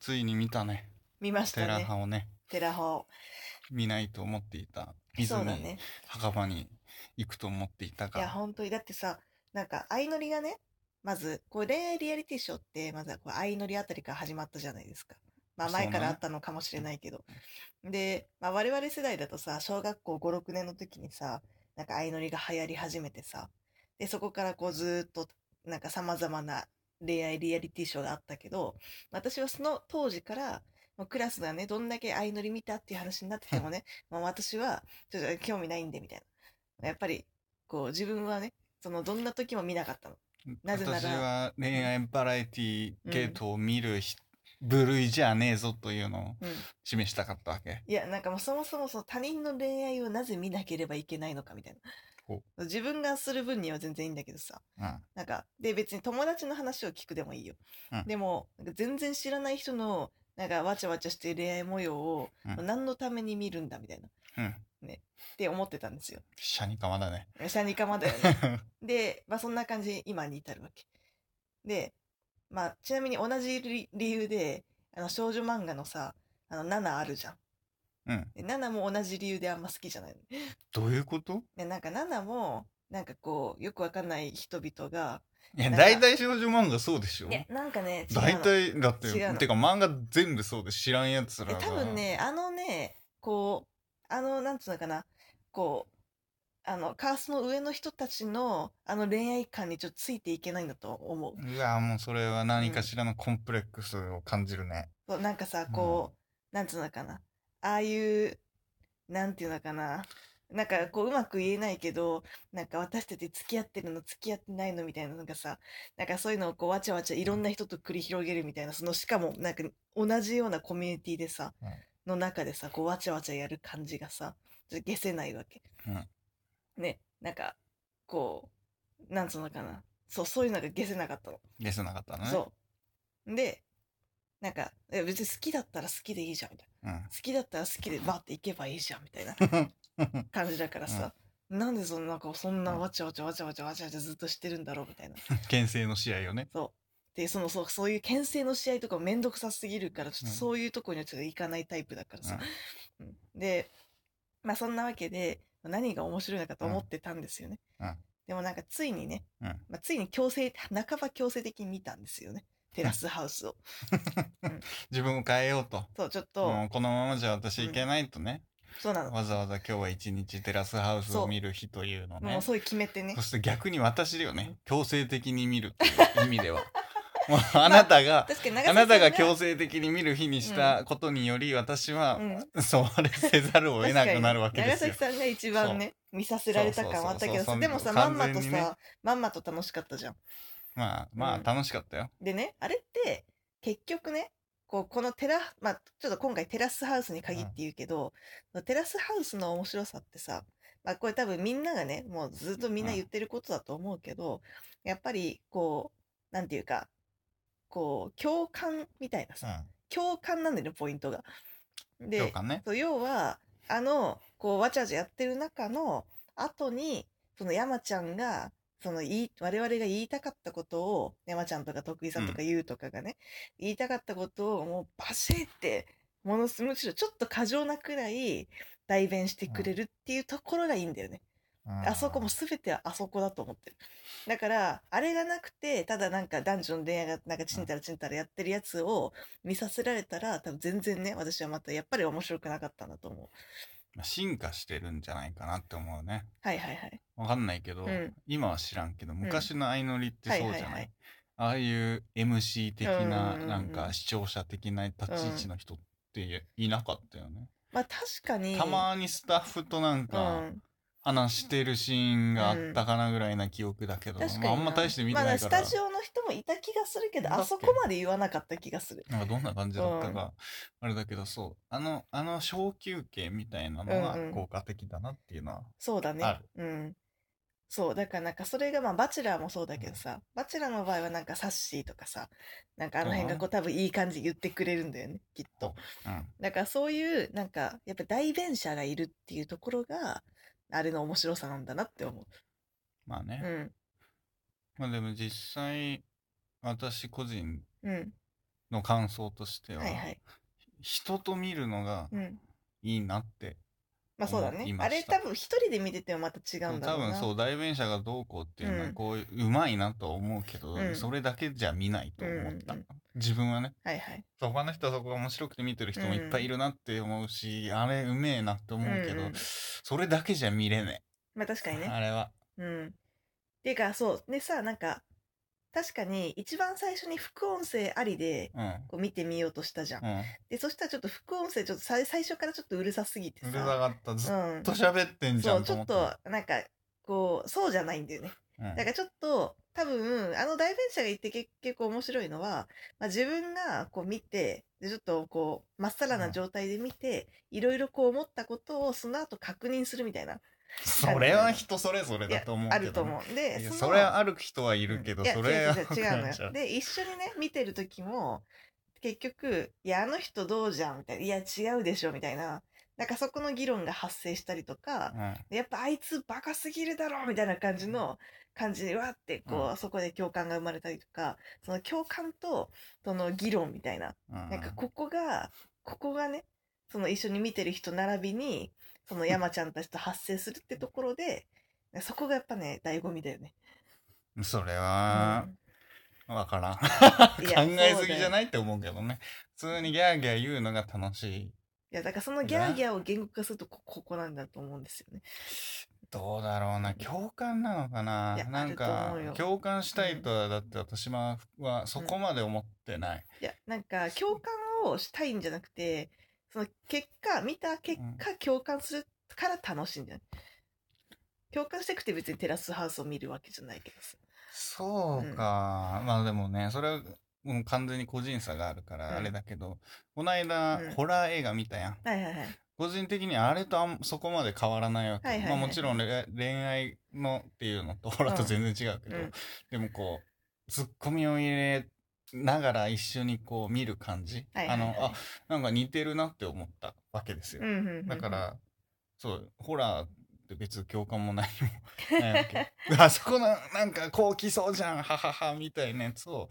ついに見たね。見ましテたラね。ハをね、テラホ。見ないと思っていた。そう泉、だね。墓場に行くと思っていたいや、が、本当に。だってさ、なんか、相乗りがね、まず、こう、恋愛リアリティショーって、まずは、こう、相乗りあたりから始まったじゃないですか。まあ、そうね前からあったのかもしれないけど。で、まあ、我々世代だとさ、小学校5、6年の時にさ、なんか、相乗りが流行り始めてさ、で、そこから、こう、ずーっと、なんか、様々な恋愛リアリティショーがあったけど、私はその当時から、もうクラスがね、どんだけ相乗り見たっていう話になっててもね、もう私は、ちょっと興味ないんで、みたいな。やっぱり、こう、自分はね、その、どんな時も見なかったの。なぜなら私は恋愛バラエティ系統を見るひ部類じゃねえぞというのをうん。示したかったわけ。いや、なんかもうそもそもその他人の恋愛をなぜ見なければいけないのかみたいほな。自分がする分には全然いいんだけどさ。うん。なんか、で別に友達の話を聞くでもいいよ。うんでも、なんか全然知らない人の、なんかわちゃわちゃしてる恋愛模様をうん何のために見るんだみたいな。っうん。て思ってたんですよ。シャニカマだね。シャニカマだよね。 で、まあそんな感じで今に至るわけ。で、まあちなみに同じ理理由で、あの少女漫画のさ、あの7あるじゃん。うん。で7も同じ理由であんま好きじゃないの。どういうことで、なんか7も、なんかこう、よくわかんない人々が、いや、なんか大体少女漫画そうでしょいや、なんかね、違うの大体、だって、違うのてか漫画全部そうで知らんやつらえが。多分ね、あのね、こう、あの、なんつうのかな、こう、あの、カーストの上の人たちの、あの恋愛観にちょっとついていけないんだと思う。うわもうそれは何かしらのコンプレックスを感じるね。そうなんかさ、こう、なんつうのかな、ああいう、なんていうのかな、なんかこう、うまく言えないけど、なんか私たち付き合ってるの、付き合ってないのみたいなのがさ、なんかそういうのをこう、わちゃわちゃいろんな人と繰り広げるみたいな、その、しかも、なんか同じようなコミュニティでさうん、の中でさ、こう、わちゃわちゃやる感じがさ、ちょっと消せないわけ。うんね、なんか、こう、なんつうのかな、そう、そういうのが消せなかったの。ゲスなかったのね。そう。で、なんか、え別に好きだったら好きでいいじゃん、みたいな。うん。好きだったら好きでバーって行けばいいじゃん、みたいな感じだからさ。なんでそんな、なんかそんなうんわちゃわちゃわちゃわちゃわちゃわちゃずっとしてるんだろう、みたいな。 牽制の試合をね。そう。で、その、そう、そういう牽制の試合とかめんどくさすぎるから、ちょっうんとそういうとこにはちょっと行かないタイプだからさ。うんで、まあそんなわけで、何が面白いのかと思ってたんですよね。うんうんでもなんかついにね、うんまあ、ついに強制、半ば強制的に見たんですよね。テラスハウスを。自分を変えようと。そう、ちょっと、もうこのままじゃ私いけないとね。そうなの。わざわざ今日は一日テラスハウスを見る日というのもねう。そういう決めてねそ。して逆に私だよね。強制的に見るという意味 では。もうあなたが、確かに長あ崎なたさがん強制的に見る日にしたことにより私は、うんそれせざるを得なくなるわけで長すよ崎。さんが一番ね、見させられた感はあったけどそうそうそうそさ、うでもさ、ま完んま全とにねさ、まんまと楽しかったじゃん。まあまうあん楽しかったよ。でね、あれって、結局ね、こう、このテラ、まあ、ちょっと今回テラスハウスに限って言うけど、テラスハウスの面白さってさ、まあ、これ多分みんながね、もうずっとみんな言ってることだと思うけど、やっぱり、こう、なんていうか、こう、共感みたいなうさ、ん。共感なんだよね、ポイントが。で、そうかね。そう要はあのこうわちゃわちゃやってる中の後にその山ちゃんがその言い我々が言いたかったことを山ちゃんとか徳井さんとか優とかがね、言いたかったことをもうバシッてものすむしろちょっと過剰なくらい代弁してくれるっていうところがいいんだよね。うんあそこも全てはあそこだと思ってる。だから、あれがなくて、ただなんか男女の恋愛がなんかちんたらちんたらやってるやつを見させられたら、多分全然ね、私はまたやっぱり面白くなかったんだと思う。まあ進化してるんじゃないかなって思うね。はいはいはい。わかんないけど、うん今は知らんけど昔の相乗りってそうじゃない,、はいはいはいああいう MC 的な、うんうんうんなんか視聴者的な立ち位置の人っていなかったよね。まあ確かに、たまにスタッフとなんうかん、話してるシーンがあったかなぐらいな記憶だけど、確かにまなあ、あんま大して見てないから、まあ、スタジオの人もいた気がするけど、だっけあそこまで言わなかった気がする。なんかどんな感じだったか、あれだけどそうあのあの小休憩みたいなのがうんうん効果的だなっていうのは、そうだねあ。うん。そう、だからなんかそれがまあ、バチェラーもそうだけどさ、バチェラーの場合はなんかサッシーとかさ、なんかあの辺がこう多分いい感じに言ってくれるんだよね、きっと。うんだからそういう、なんか、やっぱ代弁者がいるっていうところが、あれの面白さなんだなって思まあう。ね、うん。まあでも実際私個人うん。の感想としては、はいはい。人と見るのがうん。いいなって、まあそうだ思いね。まあしたれ多分一人で見ててもまた違うんだ多ろう分な。そう代弁者がどうこうっていうのうはんこういううまいなとは思うけど、うんそれだけじゃ見ないと思った、うんうん自分はねはいはい。他の人はそこが面白くて見てる人もいっぱいいるなって思うし、あれうめえなって思うけど、うんうんそれだけじゃ見れねまあ確かえにね。あれはうん。ていうか、そう。でさ、なんか、確かに一番最初に副音声ありで、うんこう見てみようとしたじゃん。うんで、そしたらちょっと副音声、ちょっとさ最初からちょっとうるさすぎてうるささ。かったずっうんと喋ってんじゃそんう、ちとょ思っった、と、なんか、こう、そうじゃないんだよね。うんだからちょっと、多分、あの代弁者が言ってけ結構面白いのは、まあ、自分がこう見て、でちょっとこう、まっさらな状態で見て、いろいろこう思ったことをその後確認するみたいな、それは人それぞれだと思うけあどね、ると思う。で、いやのそれはある人はいるけど、うんいやそれは違う違う違う のじゃよ。あで、一緒にね、見てる時も、結局、いや、あの人どうじゃんみたいな、いや、違うでしょみたいな、なんかそこの議論が発生したりとか、やっぱあいつバカすぎるだろみたいな感じの感じでわーってこう、うそこで共感が生まれたりとかその共感とその議論みたいな、うんうんなんかここがここがねその一緒に見てる人並びにその山ちゃんたちと発生するってところでそこがやっぱね醍醐味だよね。それはう、んわからん。いや考えすぎじゃいないって思うけどね。普通にギャーギャー言うのが楽しい。やだからそのギャーギャーを言語化するとこここなんだと思うんですよね。どうだろうな、共感なのかないやなんあるとか思うよ、共感したいとは、だって私はそこまで思ってない。いやなんか共感をしたいんじゃなくてその結果見た結果共感するから楽しいんじゃない、共感してくて別にテラスハウスを見るわけじゃないけどさそうか。まあでもね、それは、もう完全に個人差があるかうんら、あれだけど、こないだうん、ホラー映画見たやん。はいはいはい個人的にあれとあんそこまで変わらないわけ、はいはいはいまあ、もちろんれ恋愛のっていうのと ほらと全然違うけど、うんでもこうツッコミを入れながら一緒にこう見る感じ、はいはいはあいのあなんか似てるなって思ったわけですよ、うんうんうんうんだからそうホラーって別に共感も 何もないわけあそこのなんかこう来そうじゃんはははみたいなやつを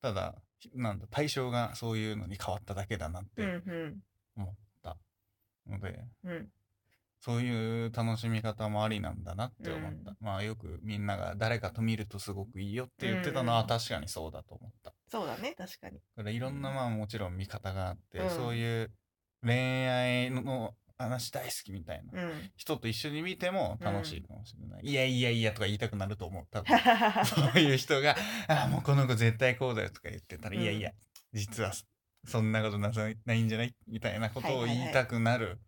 ただなんだ対象がそういうのに変わっただけだなっうんて思ったので。うんうんそういう楽しみ方もありなんだなって思った。うんまあよくみんなが誰かと見るとすごくいいよって言ってたのうんはうん確かにそうだと思った。そうだね確かにだからいろんなうんまあもちろん見方があって、うんそういう恋愛の話大好きみたいな、うん 人と一緒に見ても楽しいかもしれない。いやいやいやとか言いたくなると思う。多分そういう人が、ああもうこの子絶対こうだよとか言ってたら、うんいやいや、実はそんなことなさないんじゃないみたいなことはをいはいはい言いたくなる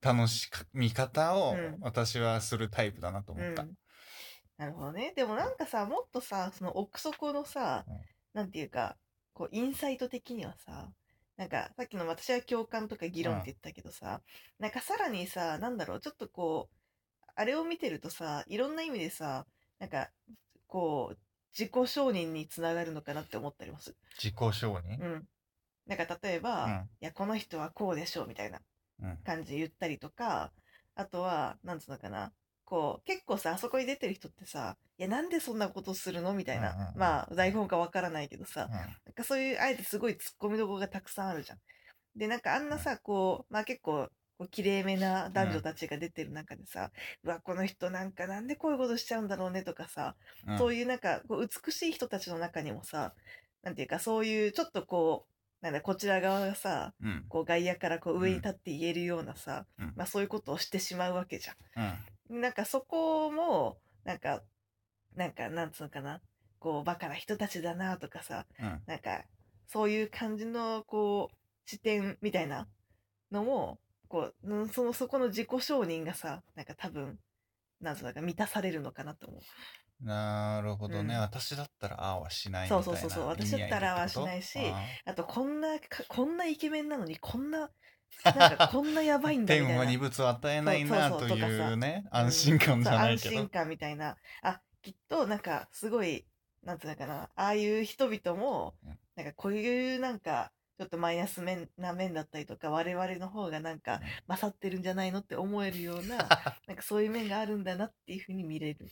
楽しみ方をうん私はするタイプだなと思った。うんなるほどねでもなんかさもっとさその奥底のさ、うんなんていうかこうインサイト的にはさなんかさっきの私は共感とか議論って言ったけどさ、なんかさらにさなんだろうちょっとこうあれを見てるとさいろんな意味でさなんかこう自己承認につながるのかなって思ったりもする。自己承認う、ん、なんか例えば、うんいやこの人はこうでしょうみたいなうん感じで言ったりとかあとはなんつうのかなこう結構さあそこに出てる人ってさ「いやなんでそんなことするの?」みたいな、うんうんうんまあ台本かわからないけどさ、うんなんかそういうあえてすごいツッコミどころがたくさんあるじゃん。でなんかあんなさこうまあ結構こう綺麗めな男女たちが出てる中でさ、うわこの人なんかなんでこういうことしちゃうんだろうねとかさ、うんそういうなんかこう美しい人たちの中にもさなんていうかそういうちょっとこうなんだこちら側がさうんこう外野からこう上に立って言えるようなさ、うんまあ、そういうことをしてしまうわけじゃうんん。なんかそこもなんかなんかなんつうのかなこうバカな人たちだなとかさうんなんかそういう感じのこう視点みたいなのもこううんそのそこの自己承認がさなんか多分なんつうのか満たされるのかなと思う。なるほどね、うん私だったらああはしないみたいなそうそうそうそう私だったらああはしないし意味合いってあとこんなかこんなイケメンなのにこんななんかこんなやばいんことだみ 天たいなを。二物を与えないなそうそとうそういうねうん安心感じゃないけそう安ど心感みたいなあきっとなんかすごいなんていうのかなああいう人々もうんなんかこういうなんかちょっとマイナス面な面だったりとか我々の方がなんか 勝ってるんじゃないのって思えるようななんかそういう面があるんだなっていうふうに見れる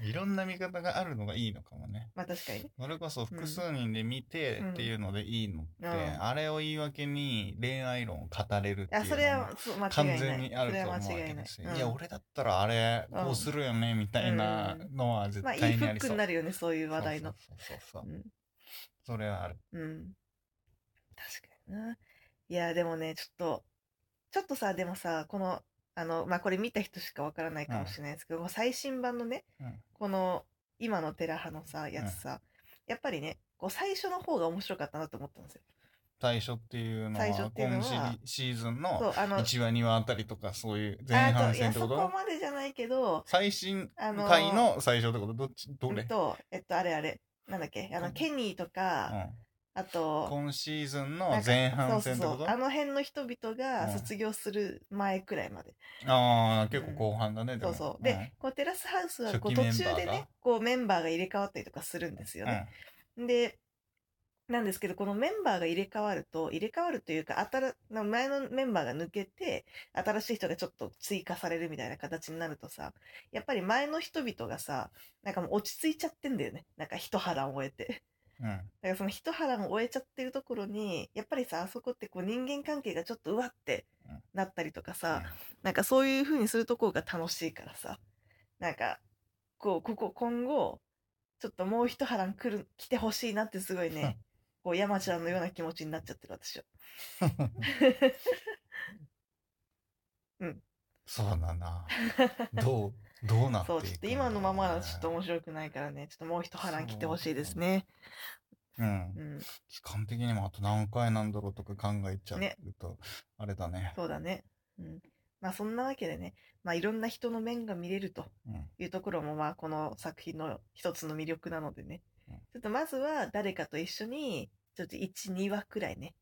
いろんな見方があるのがいいのかもね。まあ確かにね。それこそ複数人で見てっていうのでいいのって、うんあれを言い訳に恋愛論を語れるっていうあ、のそれもはそう間違いな完い。全にあるそとれ思うはわ間違けいなだいし、。うんいや俺だったらあれうんこうするよねみたいなのは絶まあいい対フにあッりクそう。になるよね、そういう話題の。そうそうそうそうう、んそれはある。うん。確かにな。いや、でもね、ちょっと、ちょっとさ、でもさ、この、あの、まあ、これ見た人しかわからないかもしれないですけど、最新版のね、うんこの、今のテラハのさ、やつさ、やっぱりね、こう最初の方が面白かったなと思ったんですよ。最初っていうのは最初っていうのは今シリシーズンそのう、あの、 1話2話あたりとかそういうあ前半とい戦や、ってこそことまでじゃないけど、最新あのー回の最初ってことどっちどれ、うんと、えっと、あれあれ、なんだっけ、あうの、んケニーとうか、んあと、今シーズンのなんか前半戦そうってそうこそうとあの辺の人々がうん卒業する前くらいまで。ああ結構後半だね、でそもうそう。んで、こうテラスハウスは初こう期途メン中バーがでね、こうメンバーが入れ替わったりとかするんですよね。で、なんですけど、このメンバーが入れ替わると、入れ替わるというか、新な前のメンバーが抜けて、新しい人がちょっと追加されるみたいな形になるとさ、やっぱり前の人々がさ、なんかもう落ち着いちゃってんだよね。なんか一波を終えて。うんうんだからその一波乱を終えちゃってるところに、やっぱりさ、あそこってこう人間関係がちょっとうわってうんなったりとかさ、なんかそういう風にするところが楽しいからさ、なんか、こう、ここ今後、ちょっともう一波乱来る、来てほしいなってすご いね、こう山ちゃんのような気持ちになっちゃってる私は。そうだ などうどうなっていそう、くんだろうねちょっと今のままだとちょっと面白くないからね、ちょっともう一波乱来てほしいですね。うんうん、期間的にもあと何回なんだろうとか考えちゃうねと、あれだねそうだね。うん。まあそんなわけでね、まあいろんな人の面が見れると。うんいうところもまあこの作品の一つの魅力なのでねうん。ちょっとまずは誰かと一緒に、ちょっと1、2話くらいね、